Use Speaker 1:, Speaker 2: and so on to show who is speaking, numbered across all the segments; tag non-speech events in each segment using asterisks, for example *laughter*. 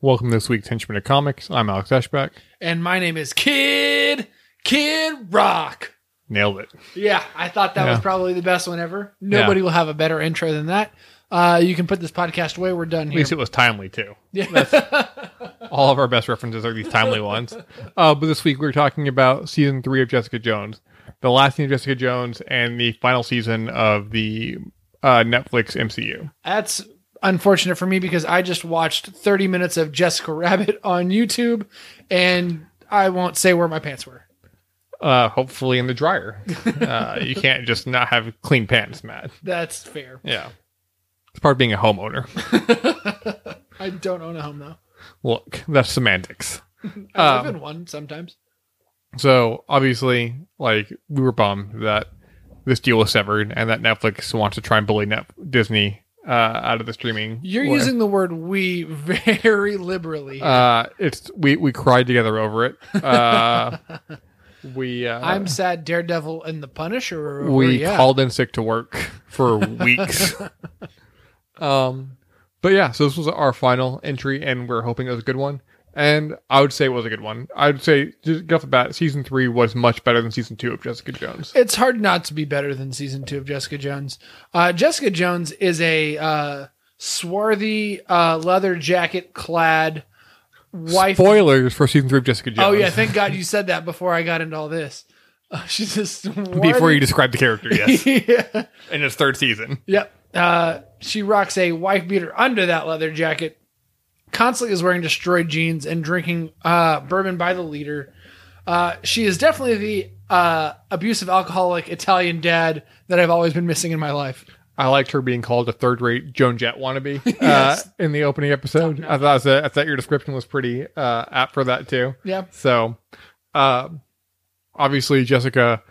Speaker 1: Welcome this week to Henchman of Comics. I'm Alex Ashback.
Speaker 2: And my name is Kid Kid Rock.
Speaker 1: Nailed it.
Speaker 2: Yeah, I thought that was
Speaker 1: Yeah.
Speaker 2: probably the best one ever. Nobody will have a better intro than that. Uh, you can put this podcast away. We're done
Speaker 1: At
Speaker 2: here.
Speaker 1: least it was timely too.
Speaker 2: yeah.
Speaker 1: All of our best references are these timely ones. Uh, but this week we're talking about season three of Jessica Jones, the last season of Jessica Jones, and the final season of the uh, Netflix MCU.
Speaker 2: That's unfortunate for me because I just watched 30 minutes of Jessica Rabbit *laughs* on YouTube and I won't say where my pants were.
Speaker 1: Uh, hopefully in the dryer. Uh, you can't just not have clean pants, Matt.
Speaker 2: That's fair.
Speaker 1: Yeah. It's part of being a homeowner.
Speaker 2: I don't own a home though.
Speaker 1: Look, that's semantics.
Speaker 2: I
Speaker 1: Um,
Speaker 2: live in one sometimes.
Speaker 1: So obviously, like we were bummed that this deal was severed and that Netflix wants to try and bully Net- Disney uh, out of the streaming.
Speaker 2: You're
Speaker 1: war.
Speaker 2: using the word we *laughs* very liberally.
Speaker 1: Uh, it's we we cried together over
Speaker 2: *laughs*
Speaker 1: it. Uh, we uh,
Speaker 2: I'm sad Daredevil and the Punisher are over.
Speaker 1: we
Speaker 2: yeah.
Speaker 1: called in sick to work *laughs* for
Speaker 2: *laughs*
Speaker 1: weeks. um, but yeah, so this was our final entry, and we're hoping it was a good one. And I would say it was a good one. I'd say just get off the bat, season three was much better than season two of Jessica Jones.
Speaker 2: it's hard not to be better than season two of Jessica Jones. Uh, Jessica Jones is a uh, swarthy uh, leather jacket clad wife.
Speaker 1: Spoilers for season three of Jessica Jones.
Speaker 2: oh yeah, thank God you said that before I got into all this. Uh, she's just
Speaker 1: before you describe the character,
Speaker 2: *laughs*
Speaker 1: yes,
Speaker 2: yeah.
Speaker 1: in its third season.
Speaker 2: Yep. Uh, she rocks a wife beater under that leather jacket. Constantly is wearing destroyed jeans and drinking uh, bourbon by the liter. Uh, she is definitely the uh, abusive alcoholic Italian dad that I've always been missing in my life.
Speaker 1: I liked her being called a third-rate Joan Jett wannabe uh,
Speaker 2: *laughs* Yes.
Speaker 1: in the opening episode. I thought that, I thought your description was pretty uh, apt for that too.
Speaker 2: Yeah.
Speaker 1: So, uh, obviously Jessica,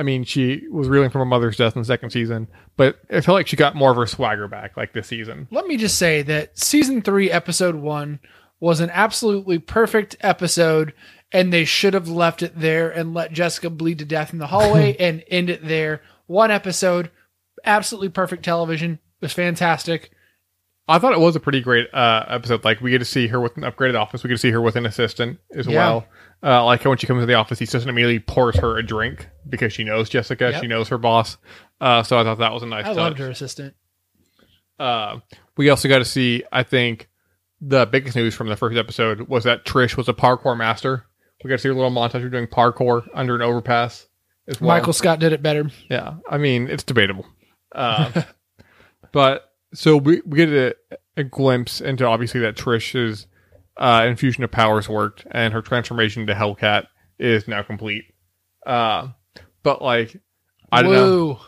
Speaker 1: I mean, she was reeling from her mother's death in the second season, but I felt like she got more of her swagger back, like this season.
Speaker 2: Let me just say that season three, episode one, was an absolutely perfect episode, and they should have left it there and let Jessica bleed to death in
Speaker 1: *laughs*
Speaker 2: the hallway and end it there. One episode, absolutely perfect television. It was fantastic.
Speaker 1: I thought it was a pretty great uh, episode. Like we get to see her with an upgraded office. We get to see her with an assistant as
Speaker 2: Yeah.
Speaker 1: well. Uh, I like how when she comes to the office, the assistant immediately pours her a drink because she knows Jessica.
Speaker 2: Yep.
Speaker 1: She knows her boss. Uh, so I thought that was a nice.
Speaker 2: I
Speaker 1: touch.
Speaker 2: loved her assistant.
Speaker 1: Uh, we also got to see. I think the biggest news from the first episode was that Trish was a parkour master. We got to see her little montage of doing parkour under an overpass as well.
Speaker 2: Michael Scott did it better.
Speaker 1: Yeah, I mean it's debatable, uh, *laughs* but so we we get a, a glimpse into obviously that Trish's uh, infusion of powers worked, and her transformation to Hellcat is now complete. Uh, but like, I don't know,
Speaker 2: Woo.
Speaker 1: I don't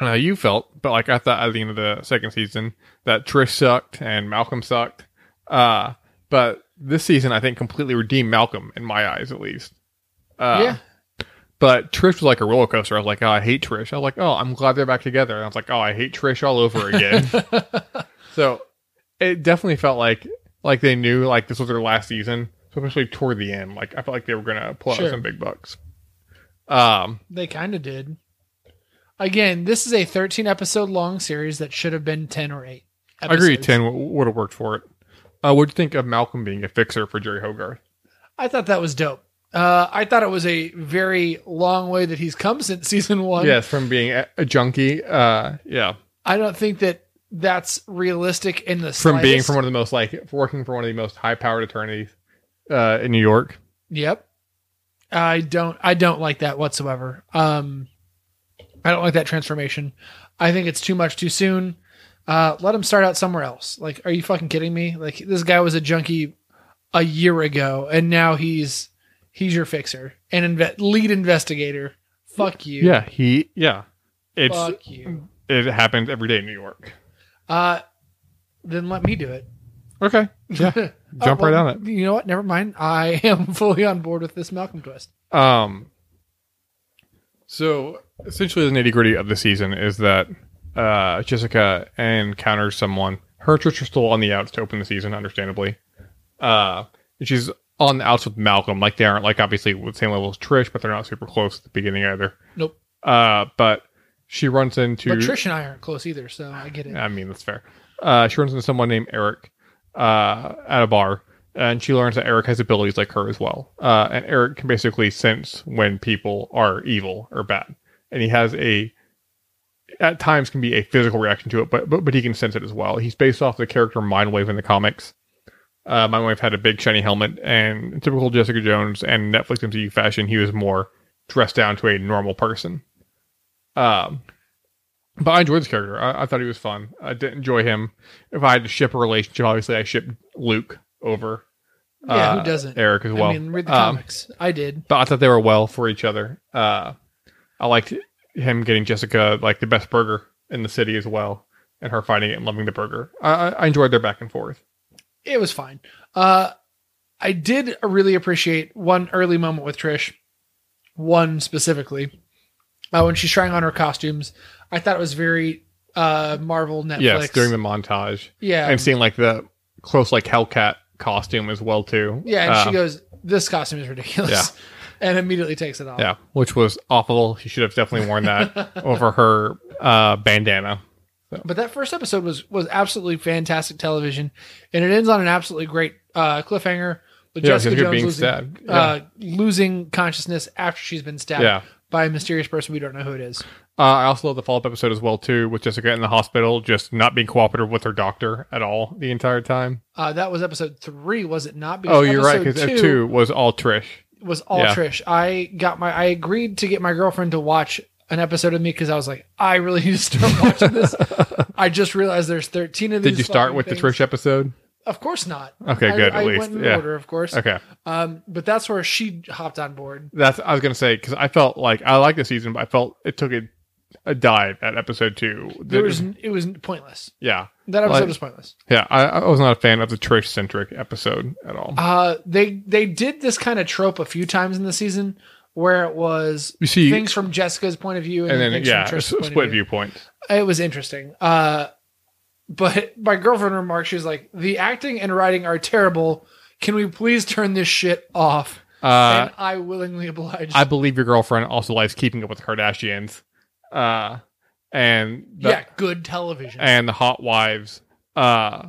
Speaker 1: know how you felt, but like I thought at the end of the second season that Trish sucked and Malcolm sucked, uh, but this season I think completely redeemed Malcolm in my eyes at least. Uh,
Speaker 2: yeah.
Speaker 1: but Trish was like a roller coaster. I was like, oh, I hate Trish. I was like, oh, I'm glad they're back together. And I was like, oh, I hate Trish all over
Speaker 2: *laughs*
Speaker 1: again. so it definitely felt like like they knew like this was their last season, especially toward the end. Like I felt like they were gonna pull out
Speaker 2: Sure.
Speaker 1: some big bucks. Um,
Speaker 2: They kind of did. Again, this is a 13 episode long series that should have been 10 or 8.
Speaker 1: I agree.
Speaker 2: episodes.
Speaker 1: Ten w- would have worked for it. Uh, what'd you think of Malcolm being a fixer for Jerry Hogarth?
Speaker 2: I thought that was dope. Uh, I thought it was a very long way that he's come since *laughs* season one.
Speaker 1: yes, from being a, a junkie. Uh, yeah,
Speaker 2: I don't think that that's realistic in the
Speaker 1: from being
Speaker 2: slightest.
Speaker 1: from one of the most like working for one of the most high powered attorneys uh, in New York.
Speaker 2: Yep. I don't I don't like that whatsoever. Um I don't like that transformation. I think it's too much too soon. Uh let him start out somewhere else. Like are you fucking kidding me? Like this guy was a junkie a year ago and now he's he's your fixer and inve- lead investigator. Fuck you.
Speaker 1: Yeah, he. Yeah, it's
Speaker 2: Fuck you.
Speaker 1: it happens every day in New York.
Speaker 2: Uh then let me do it.
Speaker 1: Okay. Yeah.
Speaker 2: *laughs*
Speaker 1: Jump
Speaker 2: Oh,
Speaker 1: right
Speaker 2: Uh, well,
Speaker 1: on
Speaker 2: You know what? Never mind. I *laughs* am fully on board with this Malcolm twist.
Speaker 1: it. Um. So essentially, the nitty gritty of the season is that uh, Jessica encounters someone, her and Trish are still on the outs to open the season, understandably. Uh, and she's on the outs with Malcolm. Like they aren't like obviously with the same level as Trish, but they're not super close at the beginning either.
Speaker 2: Nope.
Speaker 1: Uh, but she runs into
Speaker 2: But Trish and I aren't close either, so I get it.
Speaker 1: I mean, that's fair. Uh, she runs into someone named Eric uh, at a bar, and she learns that Eric has abilities like her as well. Uh, and Eric can basically sense when people are evil or bad, and he has a at times can be a physical reaction to it, but but, but he can sense it as well. He's based off the character Mindwave in the comics. Uh, Mindwave had a big shiny helmet, and in typical Jessica Jones and Netflix MCU fashion, he was more dressed down to a normal person. Um, but I enjoyed this character. I, I thought he was fun. I did enjoy him. If I had to ship a relationship, obviously I ship Luke over
Speaker 2: yeah,
Speaker 1: uh,
Speaker 2: who doesn't?
Speaker 1: Eric as well.
Speaker 2: I mean, read the
Speaker 1: Um,
Speaker 2: comics. I did.
Speaker 1: but I thought they were well for each other. Uh, I liked him getting Jessica like the best burger in the city as well, and her finding it and loving the burger. I, I I enjoyed their back and forth.
Speaker 2: It was fine. Uh, I did really appreciate one early moment with Trish, one specifically, uh, when she's trying on her costumes. I thought it was very uh, Marvel Netflix.
Speaker 1: Yes, during the montage
Speaker 2: yeah,
Speaker 1: and seeing like the close like Hellcat costume as well too.
Speaker 2: yeah, and she
Speaker 1: Uh,
Speaker 2: goes, "This costume is ridiculous,"
Speaker 1: Yeah.
Speaker 2: *laughs* and immediately takes it off.
Speaker 1: yeah, which was awful. She should have definitely worn that
Speaker 2: *laughs*
Speaker 1: over her uh, bandana.
Speaker 2: But that first episode was was absolutely fantastic television, and it ends on an absolutely great uh, cliffhanger with
Speaker 1: Yeah,
Speaker 2: Jessica
Speaker 1: Jessica
Speaker 2: Jones
Speaker 1: being
Speaker 2: losing,
Speaker 1: stabbed.
Speaker 2: Uh, losing consciousness after she's been stabbed
Speaker 1: Yeah.
Speaker 2: by a mysterious person we don't know who it is.
Speaker 1: Uh, I also love the follow up episode as well too, with Jessica in the hospital, just not being cooperative with her doctor at all the entire time.
Speaker 2: Uh, that was episode three, was it not?
Speaker 1: oh, you're right, because
Speaker 2: episode
Speaker 1: two, two was all Trish.
Speaker 2: was all
Speaker 1: Yeah.
Speaker 2: Trish. I got my I agreed to get my girlfriend to watch an episode of me because I was like, I really *laughs* need to start
Speaker 1: *laughs*
Speaker 2: watching this. I just realized there's 13 of these.
Speaker 1: Did you start
Speaker 2: fucking
Speaker 1: with the
Speaker 2: things.
Speaker 1: Trish episode?
Speaker 2: Of course not.
Speaker 1: Okay,
Speaker 2: I,
Speaker 1: good.
Speaker 2: I
Speaker 1: at least,
Speaker 2: went in
Speaker 1: yeah.
Speaker 2: order, of course.
Speaker 1: Okay,
Speaker 2: Um, but that's where she hopped on board.
Speaker 1: that's I was gonna say because I felt like I liked the season, but I felt it took a, a dive at episode two.
Speaker 2: There was it was pointless.
Speaker 1: yeah,
Speaker 2: That episode
Speaker 1: Like-
Speaker 2: was pointless.
Speaker 1: yeah. I, I was not a fan of the Trish centric episode at all.
Speaker 2: Uh, they they did this kind of trope a few times in the season where it was
Speaker 1: you see,
Speaker 2: things from Jessica's point of view and,
Speaker 1: and
Speaker 2: then,
Speaker 1: then
Speaker 2: things
Speaker 1: yeah, *laughs*
Speaker 2: from Trish's
Speaker 1: s-
Speaker 2: point of
Speaker 1: split
Speaker 2: view.
Speaker 1: viewpoint.
Speaker 2: It was interesting. Uh, but my girlfriend remarked, she was like, "The acting and writing are terrible. Can we please turn this shit off?"
Speaker 1: Uh,
Speaker 2: and I willingly obliged.
Speaker 1: I believe your girlfriend also likes keeping up with the Kardashians. Uh, and the-
Speaker 2: yeah, good television.
Speaker 1: and the hot wives uh,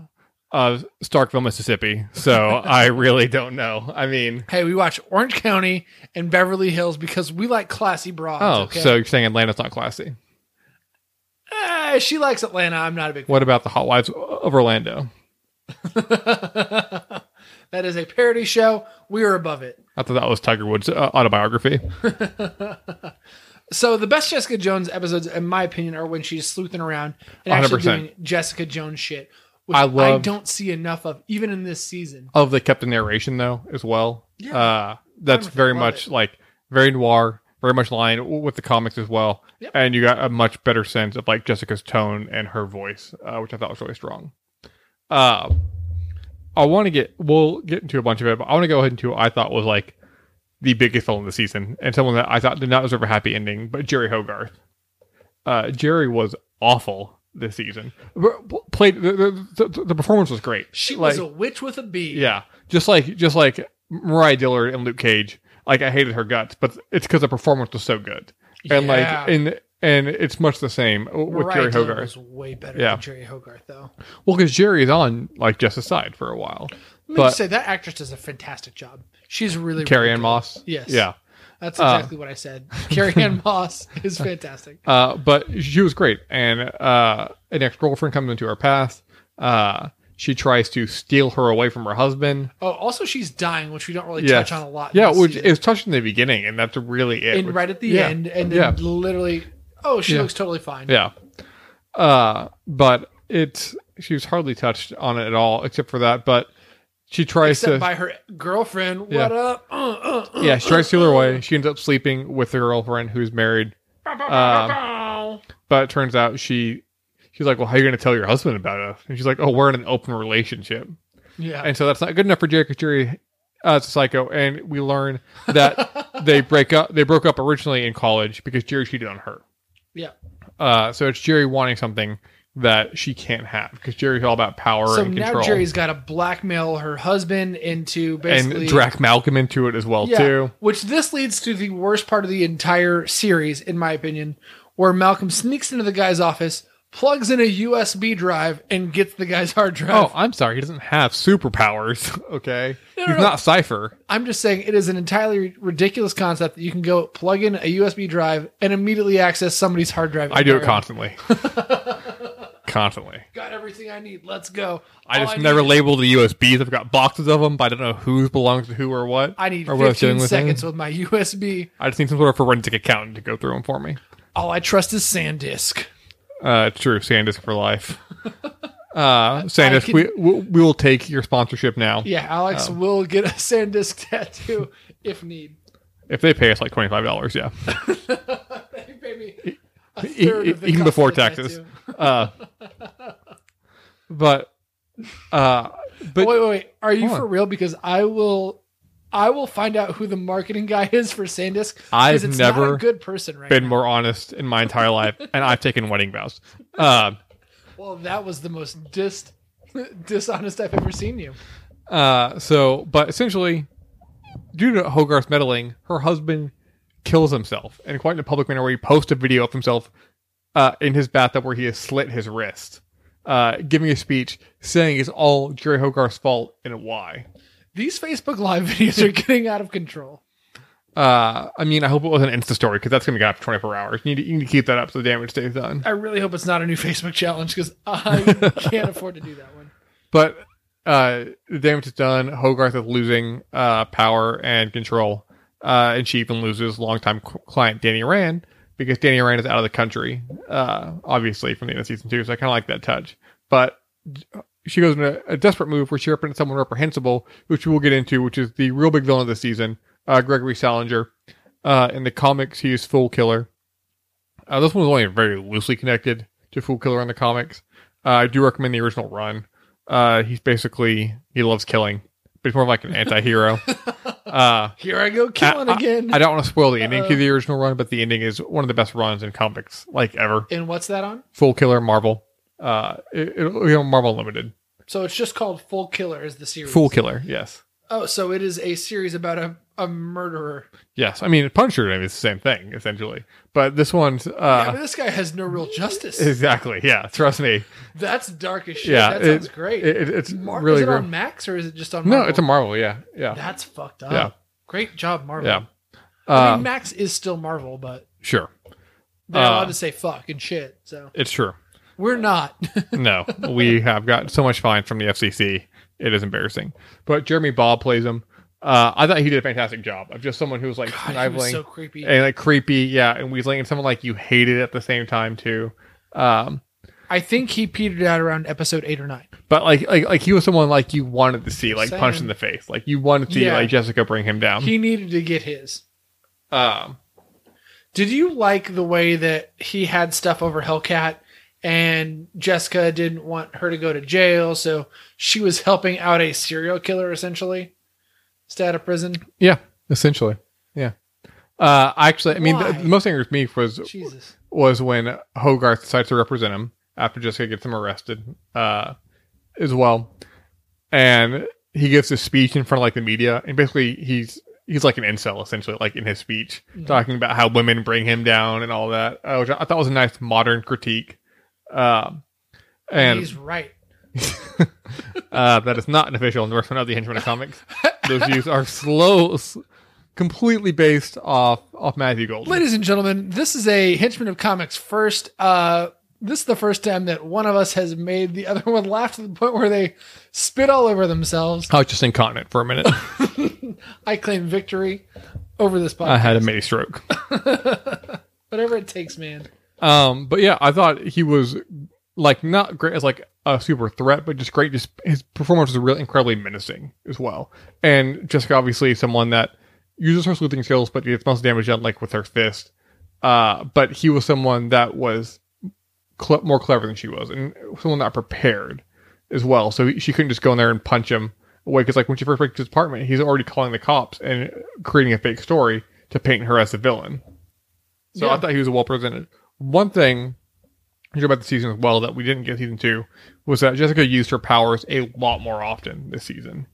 Speaker 1: of Starkville, Mississippi.
Speaker 2: *laughs*
Speaker 1: So I really don't know. I mean,
Speaker 2: hey, we watch Orange County and Beverly Hills because we like classy broads.
Speaker 1: oh,
Speaker 2: okay?
Speaker 1: so you're saying Atlanta's not classy?
Speaker 2: Eh, she likes Atlanta. I'm not a big.
Speaker 1: What about the hot wives of Orlando?
Speaker 2: that is a parody show. We are above it.
Speaker 1: I thought that was Tiger Woods' uh, autobiography.
Speaker 2: So the best Jessica Jones episodes, in my opinion, are when she's sleuthing around and
Speaker 1: 100%.
Speaker 2: actually doing Jessica Jones shit, which
Speaker 1: I
Speaker 2: I,
Speaker 1: love-
Speaker 2: don't see enough of, even in this season.
Speaker 1: Oh, they kept the narration though as well.
Speaker 2: Yeah.
Speaker 1: Uh, that's
Speaker 2: 100%
Speaker 1: very
Speaker 2: love
Speaker 1: much
Speaker 2: it.
Speaker 1: like very noir, very much aligned w- with the comics as well.
Speaker 2: Yep.
Speaker 1: And you got a much better sense of like Jessica's tone and her voice, uh, which I thought was really strong. Uh, I want to get we'll get into a bunch of it, but I want to go ahead into what I thought was like the biggest villain of the season and someone that I thought did not deserve a happy ending, but Jerry Hogarth. Uh, Jerry was awful this season. R- Played the, the, the, the performance was great.
Speaker 2: She
Speaker 1: Like-
Speaker 2: was a witch with a bee.
Speaker 1: yeah, just like just like Mariah Dillard and Luke Cage. Like I hated her guts, but it's because the performance was so good, and
Speaker 2: Yeah.
Speaker 1: like and and it's much the same w- with
Speaker 2: Mariah
Speaker 1: Jerry
Speaker 2: Dillon
Speaker 1: Hogarth.
Speaker 2: was way better
Speaker 1: Yeah.
Speaker 2: than Jerry Hogarth, though. Let
Speaker 1: Well, because Jerry is on like just aside for a while.
Speaker 2: me
Speaker 1: But-
Speaker 2: just say that actress does a fantastic job. She's really
Speaker 1: Carrie
Speaker 2: really
Speaker 1: Ann
Speaker 2: good.
Speaker 1: Moss.
Speaker 2: Yes.
Speaker 1: Yeah.
Speaker 2: That's
Speaker 1: Uh.
Speaker 2: exactly what I said. *laughs* Carrie Ann Moss
Speaker 1: *laughs*
Speaker 2: is fantastic.
Speaker 1: Uh, but she was great, and uh, an ex girlfriend comes into her path. Uh, she tries to steal her away from her husband.
Speaker 2: Oh, also she's dying, which we don't really
Speaker 1: Yes.
Speaker 2: touch on a lot. in
Speaker 1: Yeah,
Speaker 2: this
Speaker 1: which
Speaker 2: season.
Speaker 1: it was touched in the beginning, and that's really it.
Speaker 2: and
Speaker 1: which-
Speaker 2: right at the
Speaker 1: yeah.
Speaker 2: end, and then
Speaker 1: Yeah.
Speaker 2: literally, oh, she
Speaker 1: Yeah.
Speaker 2: looks totally fine.
Speaker 1: Yeah. Uh, but it's she was hardly touched on it at all, except for that. But she tries
Speaker 2: Except
Speaker 1: to,
Speaker 2: by her girlfriend. What
Speaker 1: Yeah.
Speaker 2: up? Uh, uh, uh.
Speaker 1: yeah, she tries to steal her away. She ends up sleeping with her girlfriend who's married. Um, But it turns out she, she's like, well, how are you going to tell your husband about it? And she's like, oh, we're in an open relationship,
Speaker 2: yeah. *laughs*
Speaker 1: and so that's not good enough for Jerry. 'cause Jerry, uh, is a psycho, and we learn that they break up. They broke up originally in college because Jerry cheated on her.
Speaker 2: yeah.
Speaker 1: Uh, so it's Jerry wanting something that she can't have because Jerry's all about power
Speaker 2: So
Speaker 1: and
Speaker 2: now
Speaker 1: control.
Speaker 2: Jerry's got to blackmail her husband into basically
Speaker 1: and drag Malcolm into it as well
Speaker 2: Yeah,
Speaker 1: too.
Speaker 2: Which this leads to the worst part of the entire series, in my opinion, where Malcolm sneaks into the guy's office, plugs in a USB drive, and gets the guy's hard
Speaker 1: Oh,
Speaker 2: drive.
Speaker 1: I'm sorry. He doesn't have superpowers. *laughs* okay,
Speaker 2: No, no,
Speaker 1: he's
Speaker 2: no.
Speaker 1: not Cipher.
Speaker 2: I'm just saying it is an entirely ridiculous concept that you can go plug in a USB drive and immediately access somebody's hard drive.
Speaker 1: I do it
Speaker 2: Entirely. *laughs*
Speaker 1: constantly. constantly.
Speaker 2: Got everything I need. Let's go.
Speaker 1: I
Speaker 2: All
Speaker 1: just
Speaker 2: Oh, need
Speaker 1: never
Speaker 2: is-
Speaker 1: label the USBs. I've got boxes of them, but I don't know who belongs to who or what.
Speaker 2: I need
Speaker 1: or what I was
Speaker 2: 15
Speaker 1: doing with them.
Speaker 2: seconds with my USB.
Speaker 1: I just need some sort of forensic accountant to go through them for me.
Speaker 2: All I trust is SanDisk.
Speaker 1: Uh, it's true. Sandisk for
Speaker 2: *laughs*
Speaker 1: life. Uh, Sandisk,
Speaker 2: can-
Speaker 1: we, we we will take your sponsorship now
Speaker 2: Yeah, Alex
Speaker 1: Um,
Speaker 2: will get a SanDisk *laughs* tattoo if need. *laughs*
Speaker 1: if they pay us like twenty five dollars. Yeah,
Speaker 2: Maybe a
Speaker 1: E-
Speaker 2: third
Speaker 1: e-
Speaker 2: of the
Speaker 1: even
Speaker 2: cost
Speaker 1: before
Speaker 2: of the
Speaker 1: taxes.
Speaker 2: tattoo.
Speaker 1: Uh, but uh, but
Speaker 2: wait, wait, wait. Are you
Speaker 1: Hold
Speaker 2: for real? Because I will, I will find out who the marketing guy is for Sandisk. 'cause
Speaker 1: I've
Speaker 2: it's not
Speaker 1: never
Speaker 2: a good person right
Speaker 1: been
Speaker 2: now.
Speaker 1: more honest in my entire
Speaker 2: *laughs*
Speaker 1: life, and I've taken wedding vows. Um,
Speaker 2: Well, that was the most dis *laughs* dishonest I've ever seen you.
Speaker 1: Uh, so, but essentially, due to Hogarth's meddling, her husband kills himself, and quite in a public manner, where he posts a video of himself uh, in his bathtub where he has slit his wrist, uh, giving a speech saying it's all Jerry Hogarth's fault and why.
Speaker 2: These Facebook Live *laughs* videos are getting out of control.
Speaker 1: Uh, I mean, I hope it wasn't an Insta story because that's going to be up for 24 hours. You need, to, you need to keep that up so the damage stays done.
Speaker 2: I really hope it's not a new *laughs* Facebook challenge because I
Speaker 1: *laughs*
Speaker 2: can't afford to do that one.
Speaker 1: But uh, the damage is done. Hogarth is losing uh, power and control, uh, and she even loses longtime cl- client Danny Rand because Danny Rand is out of the country, uh, obviously from the end of season two. So I kind of like that touch. But uh, she goes in a, a desperate move where she represents someone reprehensible, which we'll get into, which is the real big villain of the season, uh, Gregory Salinger. Uh, in the comics, he is Fool Killer. Uh, this one was only very loosely connected to Fool Killer in the comics. Uh, I do recommend the original run. Uh, he's basically he loves killing, but he's more of like
Speaker 2: *laughs*
Speaker 1: an anti-hero. uh,
Speaker 2: Here I go killing
Speaker 1: I-
Speaker 2: again.
Speaker 1: I don't want to spoil the ending to the original run, but the ending is one of the best runs in comics like ever.
Speaker 2: and what's that on?
Speaker 1: Fool Killer Marvel. Uh, it, it'll be on Marvel Limited.
Speaker 2: So it's just called Full Killer is the series.
Speaker 1: Fool Killer, yes.
Speaker 2: Oh, so it is a series about a, a murderer.
Speaker 1: Yes, I mean Punisher. I mean, it's the same thing essentially, but this one's
Speaker 2: yeah,
Speaker 1: uh,
Speaker 2: but this guy has no real justice.
Speaker 1: exactly. Yeah, trust me.
Speaker 2: That's dark as shit.
Speaker 1: Yeah,
Speaker 2: that sounds great.
Speaker 1: It, it, it's
Speaker 2: Mar-
Speaker 1: really
Speaker 2: is it
Speaker 1: grim.
Speaker 2: on Max or is it just on?
Speaker 1: No,
Speaker 2: Marvel?
Speaker 1: it's a Marvel. Yeah, yeah,
Speaker 2: That's fucked up.
Speaker 1: Yeah.
Speaker 2: Great job, Marvel.
Speaker 1: yeah.
Speaker 2: I mean,
Speaker 1: Um,
Speaker 2: Max is still Marvel, but
Speaker 1: sure,
Speaker 2: they're
Speaker 1: Uh,
Speaker 2: allowed to say fuck and shit. So
Speaker 1: it's true.
Speaker 2: we're not. *laughs*
Speaker 1: no, we have gotten so much fine from the FCC. It is embarrassing. But Jeremy Bob plays him. Uh, I thought he did a fantastic job of just someone who was like
Speaker 2: God, he was
Speaker 1: sniveling
Speaker 2: so creepy.
Speaker 1: and like creepy, yeah, and weaseling, and someone like you hated at the same time too. Um,
Speaker 2: I think he petered out around episode eight or nine.
Speaker 1: but like, like, like he was someone like you wanted to see, like punched in
Speaker 2: Same.
Speaker 1: the face, like you wanted to see
Speaker 2: Yeah.
Speaker 1: like Jessica bring him down.
Speaker 2: He needed to get his.
Speaker 1: um,
Speaker 2: Did you like the way that he had stuff over Hellcat and Jessica didn't want her to go to jail, so she was helping out a serial killer essentially? Stay out of prison.
Speaker 1: yeah, essentially, yeah. Uh, actually, I mean, the,
Speaker 2: Why?
Speaker 1: the most angry with me was
Speaker 2: Jesus.
Speaker 1: was when Hogarth decides to represent him after Jessica gets him arrested uh, as well. And he gives a speech in front of like the media, and basically he's he's like an incel essentially, like in his speech,
Speaker 2: Mhm.
Speaker 1: talking about how women bring him down and all that, uh, which I thought was a nice modern critique. Um, and
Speaker 2: He's right.
Speaker 1: uh, that is not an official endorsement of the Henchman of Comics. Those views are slow, s- completely based off off Matthew Gold.
Speaker 2: Ladies and gentlemen, this is a henchman of comics first. Uh, this is the first time that one of us has made the other *laughs* one laugh to the point where they spit all over themselves.
Speaker 1: I was just incontinent for a minute.
Speaker 2: I claim victory over this podcast.
Speaker 1: I had a mini stroke.
Speaker 2: Whatever it takes, man.
Speaker 1: Um, but yeah, I thought he was like not great as like a super threat, but just great. Just his performance was really incredibly menacing as well. And Jessica obviously is someone that uses her sleuthing skills, but gets most damage done like with her fist. Uh, but he was someone that was cle more clever than she was, and someone that prepared as well. So he- she couldn't just go in there and punch him away because like when she first breaks his apartment, he's already calling the cops and creating a fake story to paint her as the villain. So
Speaker 2: Yeah.
Speaker 1: I thought he was well presented. One thing here about the season as well that we didn't get season two was that Jessica used her powers a lot more often this season,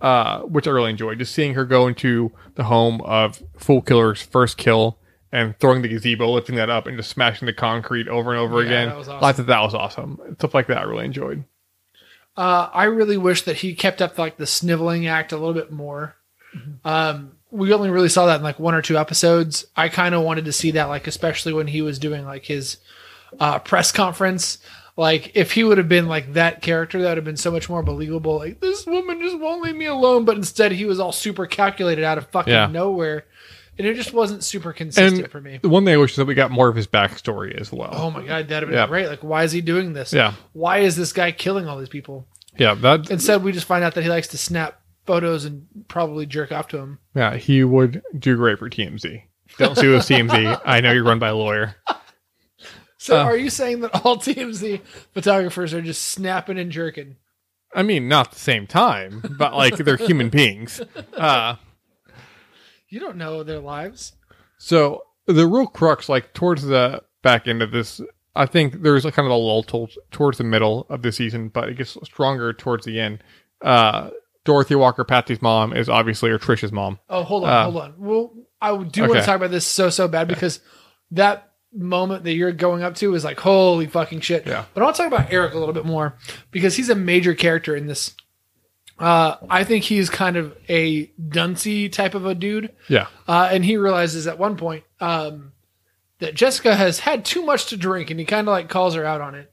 Speaker 1: uh, which I really enjoyed. Just seeing her go into the home of Fool Killer's first kill and throwing the gazebo, lifting that up, and just smashing the concrete over and over
Speaker 2: Yeah,
Speaker 1: again.
Speaker 2: that was awesome.
Speaker 1: I thought that was awesome. Stuff like that I really enjoyed.
Speaker 2: Uh, I really wish that he kept up like the sniveling act a little bit more.
Speaker 1: Mm-hmm.
Speaker 2: Um, we only really saw that in like one or two episodes. I kind of wanted to see that, like especially when he was doing like his uh, press conference. Like if he would have been like that character, that would have been so much more believable. Like this woman just won't leave me alone, but instead he was all super calculated out of fucking
Speaker 1: Yeah.
Speaker 2: nowhere, and it just wasn't super consistent
Speaker 1: And-
Speaker 2: for me.
Speaker 1: The one thing I wish is that we got more of his backstory as well.
Speaker 2: Oh my god, that'd have been
Speaker 1: Yeah.
Speaker 2: great! Like why is he doing this?
Speaker 1: Yeah,
Speaker 2: Why is this guy killing all these people?
Speaker 1: yeah, that
Speaker 2: Instead, we just find out that he likes to snap photos and probably jerk off to him.
Speaker 1: yeah he would do great for TMZ. Don't sue us
Speaker 2: *laughs*
Speaker 1: TMZ. I know you're run by a lawyer.
Speaker 2: So,
Speaker 1: Uh.
Speaker 2: are you saying that all *laughs* TMZ photographers are just snapping and jerking?
Speaker 1: I mean, not at the same time, but like they're human beings. Uh,
Speaker 2: You don't know their lives.
Speaker 1: so the real crux, like towards the back end of this, I think there's a kind of a lull to- towards the middle of the season, but it gets stronger towards the end. Uh, Dorothy Walker, Patsy's mom, is obviously or Trish's mom.
Speaker 2: Oh, hold on,
Speaker 1: Uh.
Speaker 2: hold on. Well, I do want
Speaker 1: Okay.
Speaker 2: to talk about this so so bad because that moment that you're going up to is like holy fucking shit.
Speaker 1: Yeah.
Speaker 2: But I want to talk about Eric a little bit more because he's a major character in this. Uh, I think he's kind of a duncy type of a dude.
Speaker 1: Yeah,
Speaker 2: Uh, and he realizes at one point um, that Jessica has had too much to drink, and he kind of like calls her out on it.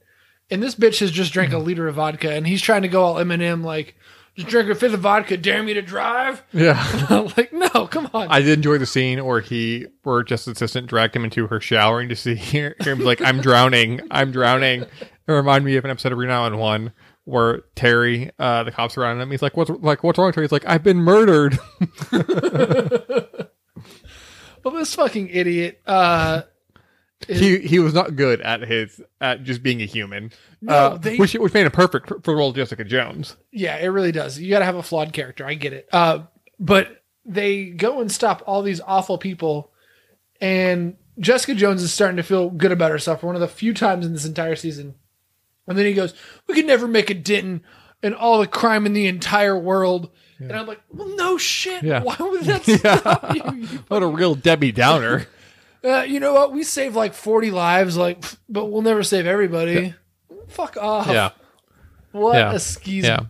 Speaker 2: And this bitch has just
Speaker 1: Mm-hmm.
Speaker 2: drank a liter of vodka, and he's trying to go all Eminem like, just drink a fifth of vodka, dare me to drive.
Speaker 1: yeah.
Speaker 2: *laughs* like, no, come on.
Speaker 1: *laughs* I did enjoy the scene where he, where Jessica's assistant dragged him into her shower and just see hear hear him like, "I'm drowning, I'm drowning." It reminded me of an episode of Reno and One where Terry, uh, the cops around him, he's like, "What's like what's wrong?" Terry? He's like, "I've been murdered."
Speaker 2: but this fucking idiot. Uh,
Speaker 1: he he was not good at his at just being a human.
Speaker 2: No,
Speaker 1: uh,
Speaker 2: they-
Speaker 1: which which made him perfect for the role of Jessica Jones.
Speaker 2: yeah, it really does. You got to have a flawed character. I get it. Uh, but they go and stop all these awful people, and Jessica Jones is starting to feel good about herself for one of the few times in this entire season. And then he goes, "We could never make a dent in, in all the crime in the entire world." And I'm like, "Well, no shit.
Speaker 1: Yeah.
Speaker 2: Why
Speaker 1: *laughs*
Speaker 2: would that
Speaker 1: Yeah.
Speaker 2: stop you? you
Speaker 1: What a real Debbie
Speaker 2: *laughs*
Speaker 1: Downer.
Speaker 2: uh, you know what? We save like 40 lives, like, pff, but we'll never save everybody. Fuck off. What
Speaker 1: Yeah.
Speaker 2: a skis
Speaker 1: Yeah.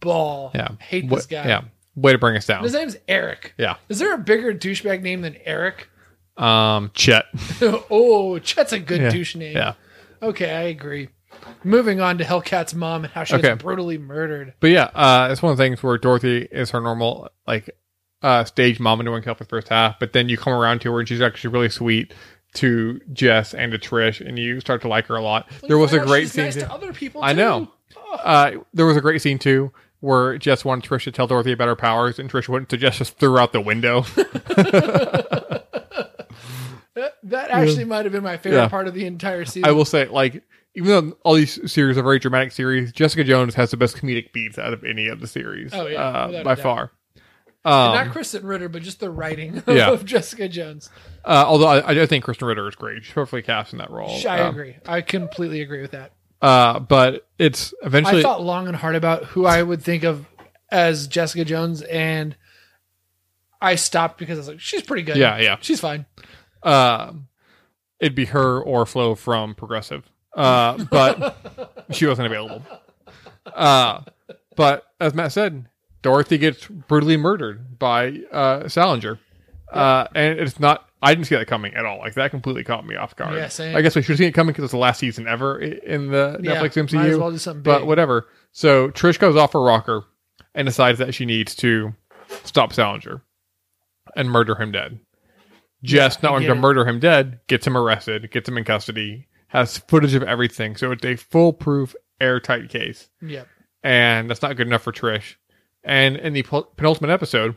Speaker 2: ball.
Speaker 1: yeah.
Speaker 2: hate
Speaker 1: Wa-
Speaker 2: this guy.
Speaker 1: Yeah, way to bring us down.
Speaker 2: His name's Eric.
Speaker 1: yeah,
Speaker 2: Is there a bigger douchebag name than Eric? *laughs*
Speaker 1: um, Chet.
Speaker 2: oh, Chet's a good
Speaker 1: Yeah.
Speaker 2: douche name.
Speaker 1: Yeah.
Speaker 2: Okay, I agree. Moving on to Hellcat's mom and how she
Speaker 1: Okay.
Speaker 2: was brutally murdered.
Speaker 1: But yeah, uh, it's one of the things where Dorothy is her normal like uh, stage mom and doing help the first half, but then you come around to her and she's actually really sweet to Jess and to Trish, and you start to like her a lot. there was a
Speaker 2: Find out
Speaker 1: great
Speaker 2: she's
Speaker 1: scene.
Speaker 2: nice
Speaker 1: too-
Speaker 2: to other people.
Speaker 1: I
Speaker 2: too.
Speaker 1: know. Uh, there was a great scene too where Jess wanted Trish to tell Dorothy about her powers, and Trish wouldn't, so Jess just threw her out the window. *laughs*
Speaker 2: That, that actually might have been my favorite
Speaker 1: Yeah.
Speaker 2: part of the entire season.
Speaker 1: I will say, like, even though all these series are very dramatic series, Jessica Jones has the best comedic beats out of any of the series.
Speaker 2: Oh, yeah,
Speaker 1: uh,
Speaker 2: without
Speaker 1: by
Speaker 2: a doubt.
Speaker 1: far.
Speaker 2: And
Speaker 1: Um,
Speaker 2: Not Kristen Ritter, but just the writing *laughs*
Speaker 1: Yeah.
Speaker 2: of Jessica Jones.
Speaker 1: uh, although I, I do think Kristen Ritter is great. She's perfectly cast in that role.
Speaker 2: I
Speaker 1: Um,
Speaker 2: agree. I completely agree with that.
Speaker 1: Uh, but it's eventually.
Speaker 2: I thought long and hard about who I would think of as Jessica Jones, and I stopped because I was like, she's pretty good.
Speaker 1: yeah, yeah.
Speaker 2: She's fine.
Speaker 1: Um, it'd be her or Flo from Progressive. Uh, but
Speaker 2: *laughs*
Speaker 1: she wasn't available. Uh, but as Matt said, Dorothy gets brutally murdered by uh, Salinger. Uh, and it's not, I didn't see that coming at all. Like, that completely caught me off guard.
Speaker 2: Yeah, same.
Speaker 1: I guess we should have seen it coming because it's the last season ever i- in the
Speaker 2: Yeah,
Speaker 1: Netflix MCU.
Speaker 2: Might as well do something
Speaker 1: But
Speaker 2: big.
Speaker 1: whatever. So Trish goes off her rocker and decides that she needs to stop Salinger and murder him dead. Jess, not wanting
Speaker 2: get
Speaker 1: to
Speaker 2: it.
Speaker 1: murder him dead, gets him arrested, gets him in custody, has footage of everything. So it's a foolproof, airtight case.
Speaker 2: Yep.
Speaker 1: And that's not good enough for Trish. And in the pul- penultimate episode,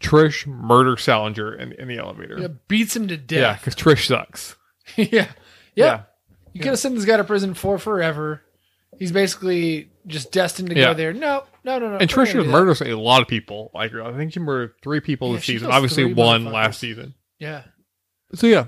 Speaker 1: Trish murders Salinger in, in the elevator.
Speaker 2: Yeah, beats him to
Speaker 1: Yeah,
Speaker 2: death.
Speaker 1: because Trish sucks.
Speaker 2: *laughs* Yeah. yeah. You could have sent this guy to prison for forever. He's basically just destined to
Speaker 1: Yeah.
Speaker 2: go there. No, no, no, no.
Speaker 1: And
Speaker 2: We're
Speaker 1: Trish
Speaker 2: gonna
Speaker 1: has
Speaker 2: do that.
Speaker 1: murdered a lot of people. Like I think she murdered three people
Speaker 2: Yeah,
Speaker 1: this
Speaker 2: she
Speaker 1: season.
Speaker 2: kills
Speaker 1: Obviously,
Speaker 2: three
Speaker 1: one
Speaker 2: motherfuckers.
Speaker 1: last season.
Speaker 2: Yeah.
Speaker 1: So yeah,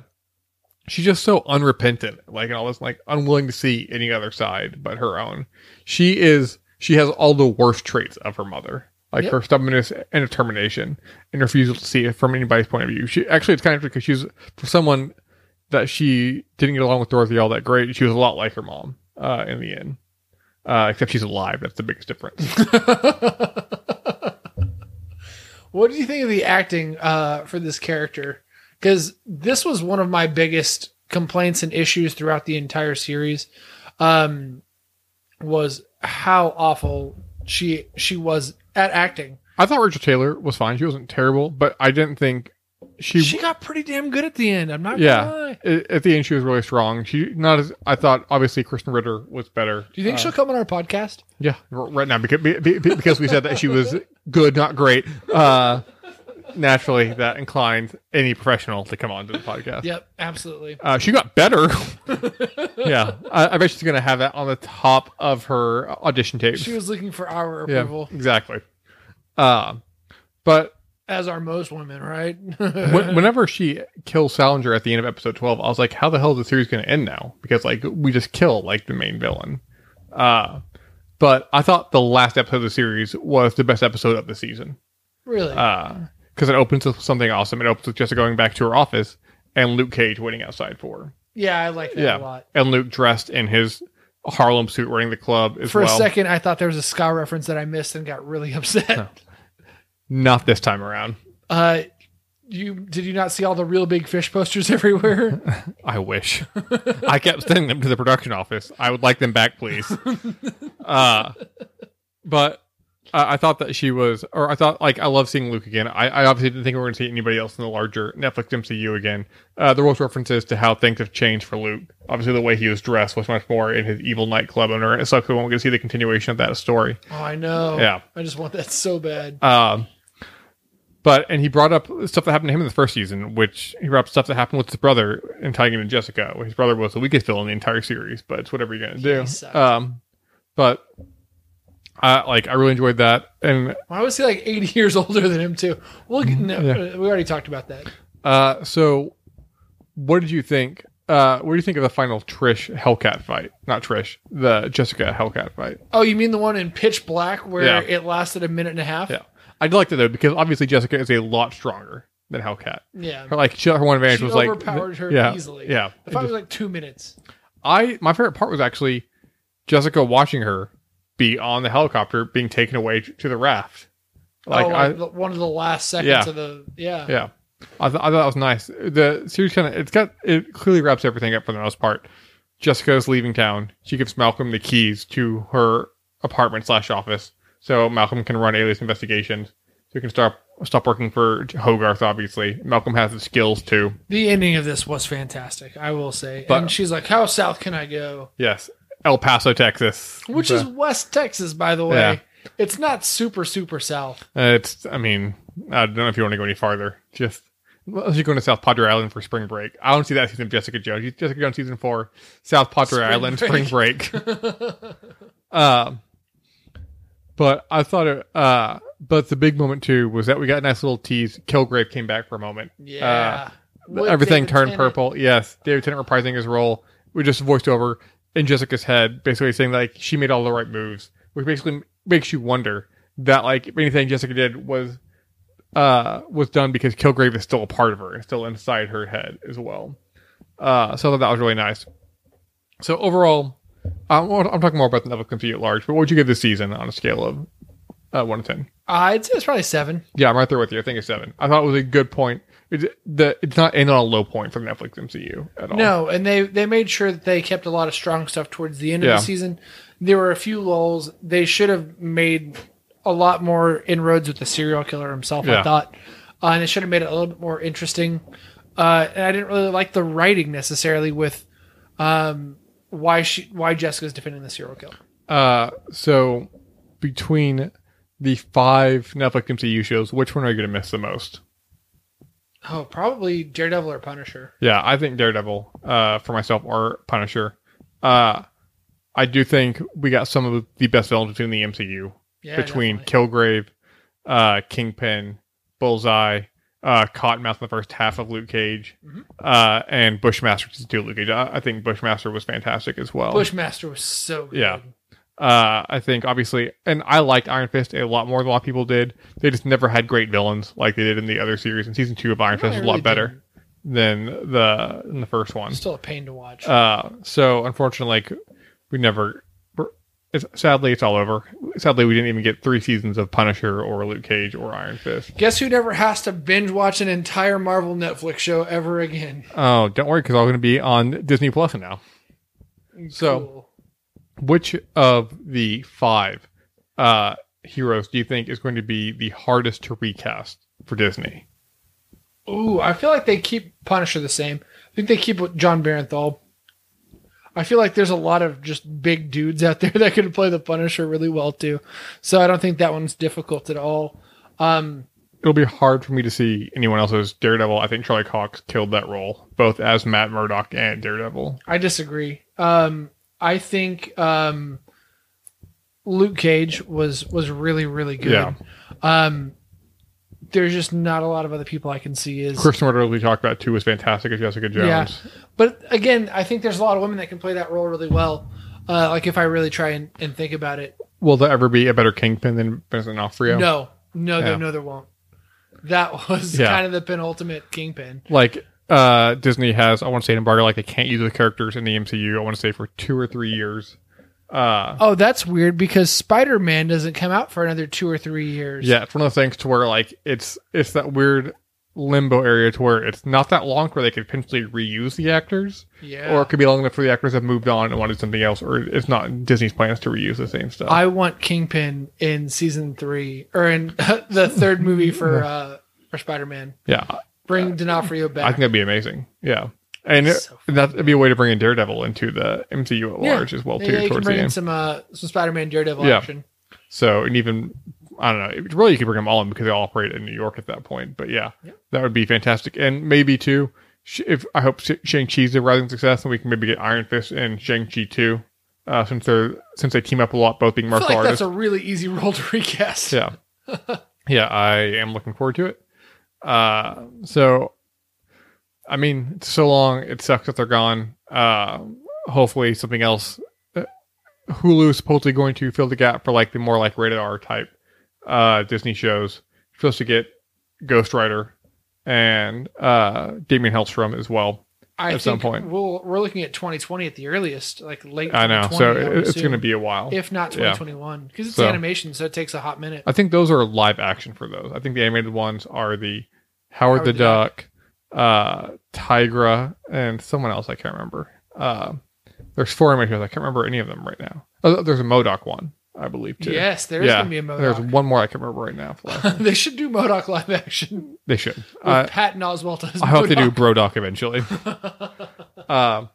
Speaker 1: she's just so unrepentant, like and all this, like unwilling to see any other side but her own. She is she has all the worst traits of her mother, like
Speaker 2: Yep.
Speaker 1: her stubbornness and determination, and refusal to see it from anybody's point of view. She actually it's kind of because she's for someone that she didn't get along with Dorothy all that great. She was a lot like her mom uh, in the end, uh, except she's alive. That's the biggest difference.
Speaker 2: *laughs* *laughs* what do you think of the acting uh, for this character? Because this was one of my biggest complaints and issues throughout the entire series, um, was how awful she she was at acting.
Speaker 1: I thought Rachel Taylor was fine. She wasn't terrible, but I didn't think she,
Speaker 2: She got pretty damn good at the end. I'm not
Speaker 1: Yeah.
Speaker 2: gonna lie.
Speaker 1: a- at the end she was really strong. She not as I thought. Obviously, Kristen Ritter was better.
Speaker 2: Do you think
Speaker 1: Uh,
Speaker 2: she'll come on our podcast?
Speaker 1: *laughs* Yeah, r- right now because be- be- because we said that she was good, not great. Uh, naturally, that inclined any professional to come onto the podcast.
Speaker 2: Yep, absolutely.
Speaker 1: Uh, she got better. *laughs* yeah, I, I bet she's gonna have that on the top of her audition tapes.
Speaker 2: She was looking for our
Speaker 1: yeah,
Speaker 2: approval,
Speaker 1: exactly. Uh, but
Speaker 2: as are most women, right? *laughs*
Speaker 1: When- whenever she kills Salinger at the end of episode 12, I was like, how the hell is the series going to end now? Because, like, we just kill, like, the main villain. Uh, but I thought the last episode of the series was the best episode of the season.
Speaker 2: really?
Speaker 1: Uh, Because it opens with something awesome. It opens with Jessica going back to her office and Luke Cage waiting outside for her.
Speaker 2: yeah, I like that
Speaker 1: yeah.
Speaker 2: a lot.
Speaker 1: And Luke dressed in his Harlem suit running the club as
Speaker 2: For
Speaker 1: well.
Speaker 2: a second, I thought there was a ska reference that I missed and got really *laughs* upset.
Speaker 1: Not this time around.
Speaker 2: Uh, you did you not see all the real big fish
Speaker 1: *laughs*
Speaker 2: posters *laughs* everywhere?
Speaker 1: I wish. I kept sending them to the production office. I would like them back, please. uh, but I, I thought that she was, or I thought, like, I love seeing Luke again. I, I obviously didn't think we were going to see anybody else in the larger Netflix MCU again. Uh, there was references to how things have changed for Luke. Obviously, the way he was dressed was much more in his evil nightclub owner, and it sucks we won't get to see the continuation of that story.
Speaker 2: oh, I know.
Speaker 1: Yeah.
Speaker 2: I just want that so bad.
Speaker 1: Um, but and he brought up stuff that happened to him in the first season, which he brought up stuff that happened with his brother in tying him to Jessica. Where his brother was the weakest villain in the entire series, but it's whatever you're gonna
Speaker 2: Yeah, he
Speaker 1: do.
Speaker 2: sucked.
Speaker 1: Um, but I like I really enjoyed that, and
Speaker 2: Why was he like 80 *laughs* years older than him too? Well, no,
Speaker 1: Mm-hmm.
Speaker 2: uh,
Speaker 1: Yeah.
Speaker 2: we already talked about that.
Speaker 1: uh, so what did you think? Uh, what do you think of the final Trish Hellcat fight? Not Trish, the Jessica Hellcat fight.
Speaker 2: Oh, you mean the one in Pitch Black where
Speaker 1: Yeah.
Speaker 2: it lasted a minute and a half?
Speaker 1: Yeah, I liked it though because obviously Jessica is a lot stronger than Hellcat.
Speaker 2: Yeah.
Speaker 1: Her like she, her one advantage
Speaker 2: She
Speaker 1: was like
Speaker 2: overpowered her
Speaker 1: yeah,
Speaker 2: easily.
Speaker 1: Yeah,
Speaker 2: The
Speaker 1: It
Speaker 2: fight
Speaker 1: just-
Speaker 2: was like two minutes.
Speaker 1: I my favorite part was actually Jessica watching her be on the helicopter being taken away t- to the raft. Like
Speaker 2: oh,
Speaker 1: I,
Speaker 2: like the- one of the last seconds
Speaker 1: Yeah.
Speaker 2: of the yeah.
Speaker 1: yeah, I, th- I thought that was nice. The series kind of it's got it clearly wraps everything up for the most part. Jessica is leaving town. She gives Malcolm the keys to her apartment slash office, so Malcolm can run alias investigations. So he can stop stop working for Hogarth. Obviously, Malcolm has the skills too.
Speaker 2: The ending of this was fantastic, I will say.
Speaker 1: But-
Speaker 2: and she's like, "How south can I go?"
Speaker 1: Yes, El Paso, Texas,
Speaker 2: Which is
Speaker 1: The-
Speaker 2: West Texas, by the way.
Speaker 1: Yeah.
Speaker 2: It's not super super south.
Speaker 1: Uh, it's, I mean, I don't know if you want to go any farther. Just unless you're going to South Padre Island for spring break. I don't see that season of Jessica Jones. Jessica Jones season four, South Padre
Speaker 2: Spring
Speaker 1: Island
Speaker 2: break.
Speaker 1: spring break. um, but I thought, it, uh, but the big moment too was that we got a nice little tease. Kilgrave came back for a moment.
Speaker 2: Yeah. Would
Speaker 1: Uh, Everything
Speaker 2: David
Speaker 1: turned
Speaker 2: Tennant-
Speaker 1: purple. Yes, David Tennant reprising his role. We just voiced over in Jessica's head, basically saying like she made all the right moves, which basically makes you wonder that like if anything Jessica did was uh was done because Kilgrave is still a part of her, it's still inside her head as well. Uh, so I thought that was really nice. So overall, I'm, I'm talking more about the Netflix community at large. But what would you give this season on a scale of uh, one to ten?
Speaker 2: I'd say it's probably seven.
Speaker 1: Yeah, I'm right there with you. I think it's seven. I thought it was a good point. It's, the, it's not in on a low point for the Netflix MCU at all.
Speaker 2: No, and they they made sure that they kept a lot of strong stuff towards the end
Speaker 1: Yeah.
Speaker 2: of the season. There were a few lulls. They should have made a lot more inroads with the serial killer himself.
Speaker 1: Yeah.
Speaker 2: I thought, uh, and it should have made it a little bit more interesting. Uh, and I didn't really like the writing necessarily with um, why she why Jessica's defending the serial killer.
Speaker 1: Uh, so between the five Netflix MCU shows, which one are you going to miss the most?
Speaker 2: Oh, probably Daredevil or Punisher.
Speaker 1: Yeah, I think Daredevil, uh, for myself or Punisher. Uh, I do think we got some of the best villains between the MCU
Speaker 2: Yeah,
Speaker 1: between
Speaker 2: definitely.
Speaker 1: Kilgrave, uh, Kingpin, Bullseye, uh, Cottonmouth in the first half of Luke Cage,
Speaker 2: Mhm.
Speaker 1: uh, and Bushmaster season two of Luke Cage. I, I think Bushmaster was fantastic as well.
Speaker 2: Bushmaster was so good.
Speaker 1: Yeah. uh, I think obviously, and I liked Iron Fist a lot more than a lot of people did. They just never had great villains like they did in the other series. And season two of Iron
Speaker 2: No,
Speaker 1: Fist
Speaker 2: they
Speaker 1: was a lot
Speaker 2: really
Speaker 1: better than the in the first one.
Speaker 2: didn't. Still a pain to watch.
Speaker 1: Uh, so unfortunately, like, we never. we're- It's, sadly, it's all over. Sadly, we didn't even get three seasons of Punisher or Luke Cage or Iron Fist.
Speaker 2: Guess who never has to binge watch an entire Marvel Netflix show ever again?
Speaker 1: Oh, don't worry, because I'm going to be on Disney Plus now. So-
Speaker 2: Cool.
Speaker 1: Which of the five uh, heroes do you think is going to be the hardest to recast for Disney?
Speaker 2: Ooh, I feel like they keep Punisher the same. I think they keep with John Barenthal. I feel like there's a lot of just big dudes out *laughs* there that could play the Punisher really well too. So I don't think that one's difficult at all. Um,
Speaker 1: It'll be hard for me to see anyone else's Daredevil. I think Charlie Cox killed that role, both as Matt Murdock and Daredevil.
Speaker 2: I disagree. Um, I think um, Luke Cage was was really really good.
Speaker 1: Yeah.
Speaker 2: Um, there's just not a lot of other people I can see is
Speaker 1: Kristen Ritter, we talked about too, was fantastic as Jessica
Speaker 2: Yeah.
Speaker 1: Jones.
Speaker 2: But again, I think there's a lot of women that can play that role really well. Uh, like if I really try and, and think about it,
Speaker 1: Will there ever be a better Kingpin than Vincent D'Onofrio?
Speaker 2: no, no,
Speaker 1: Yeah.
Speaker 2: there, no, there won't. That *laughs* was
Speaker 1: Yeah.
Speaker 2: kind of the penultimate kingpin.
Speaker 1: Like uh, Disney has, I want to say an embargo, like they can't use the characters in the MCU. I want to say for two or three years. Uh,
Speaker 2: Oh, that's weird because Spider Man doesn't come out for another two or three years.
Speaker 1: Yeah, it's one of the things to where like it's it's that weird limbo area to where it's not that long where they could potentially reuse the actors,
Speaker 2: yeah.
Speaker 1: or it could be long enough for the actors have moved on and wanted something else, or it's not Disney's plans to reuse the same stuff.
Speaker 2: I want Kingpin in season three or in *laughs* the third movie for uh, for Spider Man.
Speaker 1: yeah,
Speaker 2: Bring D'Onofrio
Speaker 1: I
Speaker 2: back.
Speaker 1: think that'd be amazing. Yeah, and
Speaker 2: That's so
Speaker 1: it- that'd be a way to bring in Daredevil into the MCU at
Speaker 2: Yeah.
Speaker 1: large as well
Speaker 2: Yeah,
Speaker 1: too
Speaker 2: you can
Speaker 1: towards the
Speaker 2: bring in
Speaker 1: end.
Speaker 2: some uh, some Spider Man Daredevil
Speaker 1: Yeah.
Speaker 2: action.
Speaker 1: So and even I don't know, it- really you could bring them all in because they all operate in New York at that point. But yeah,
Speaker 2: Yeah.
Speaker 1: that would be fantastic, and maybe too. sh- If I hope Sh- Shang Chi's a rising success, and we can maybe get Iron Fist and Shang Chi too, uh, since they're since they team up a lot, both being
Speaker 2: I feel
Speaker 1: martial
Speaker 2: like that's
Speaker 1: artists.
Speaker 2: a really easy *laughs* role to recast.
Speaker 1: yeah, yeah, I am looking forward to it. Uh, so, I mean, it's so long. It sucks that they're gone. Uh, hopefully, something else. uh, Hulu is supposedly going to fill the gap for like the more like rated R type uh, Disney shows. supposed to get Ghost Rider and uh, Damien Hellstrom as well.
Speaker 2: I
Speaker 1: at some
Speaker 2: think
Speaker 1: point.
Speaker 2: We'll, we're looking at 2020 at the earliest, like late.
Speaker 1: I know,
Speaker 2: 2020,
Speaker 1: so
Speaker 2: I would
Speaker 1: it, it's
Speaker 2: assume,
Speaker 1: going to be a while.
Speaker 2: if not
Speaker 1: yeah.
Speaker 2: 2021, because it's
Speaker 1: So-
Speaker 2: animation, so it takes a hot minute.
Speaker 1: I think those are live action for those. I think the animated ones are the Howard,
Speaker 2: Howard
Speaker 1: the
Speaker 2: the
Speaker 1: Duck, uh, Tigra, and someone else I can't remember. Uh, there's four animators. I can't remember any of them right now. Oh, there's a Modoc one, I believe, too.
Speaker 2: Yes, there's
Speaker 1: Yeah,
Speaker 2: going to be a
Speaker 1: There's
Speaker 2: Modoc.
Speaker 1: one more I can't remember right *laughs* now. for that.
Speaker 2: *laughs* they should do Modoc live action
Speaker 1: they should.
Speaker 2: with
Speaker 1: Uh,
Speaker 2: Patton Oswalt as
Speaker 1: I hope they do
Speaker 2: MODOK.
Speaker 1: Brodoc eventually. Um,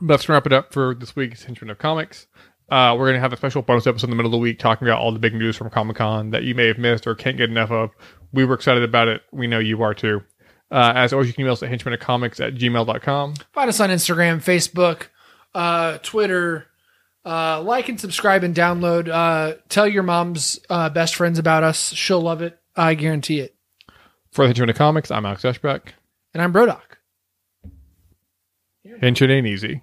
Speaker 1: let's wrap it up for this week's Henchman of Comics. Uh, we're going to have a special bonus episode in the middle of the week talking about all the big news from Comic Con that you may have missed or can't get enough of. We were excited about it. We know you are too. Uh, as always, you can email us at henchmanofcomics at gmail.com.
Speaker 2: Find us on Instagram, Facebook, uh, Twitter. Uh, like and subscribe and download. Uh, tell your mom's uh, best friends about us. She'll love it. I guarantee it.
Speaker 1: For the Henchman of Comics, I'm Alex Eschbeck.
Speaker 2: And I'm Brodock.
Speaker 1: Henchman ain't easy.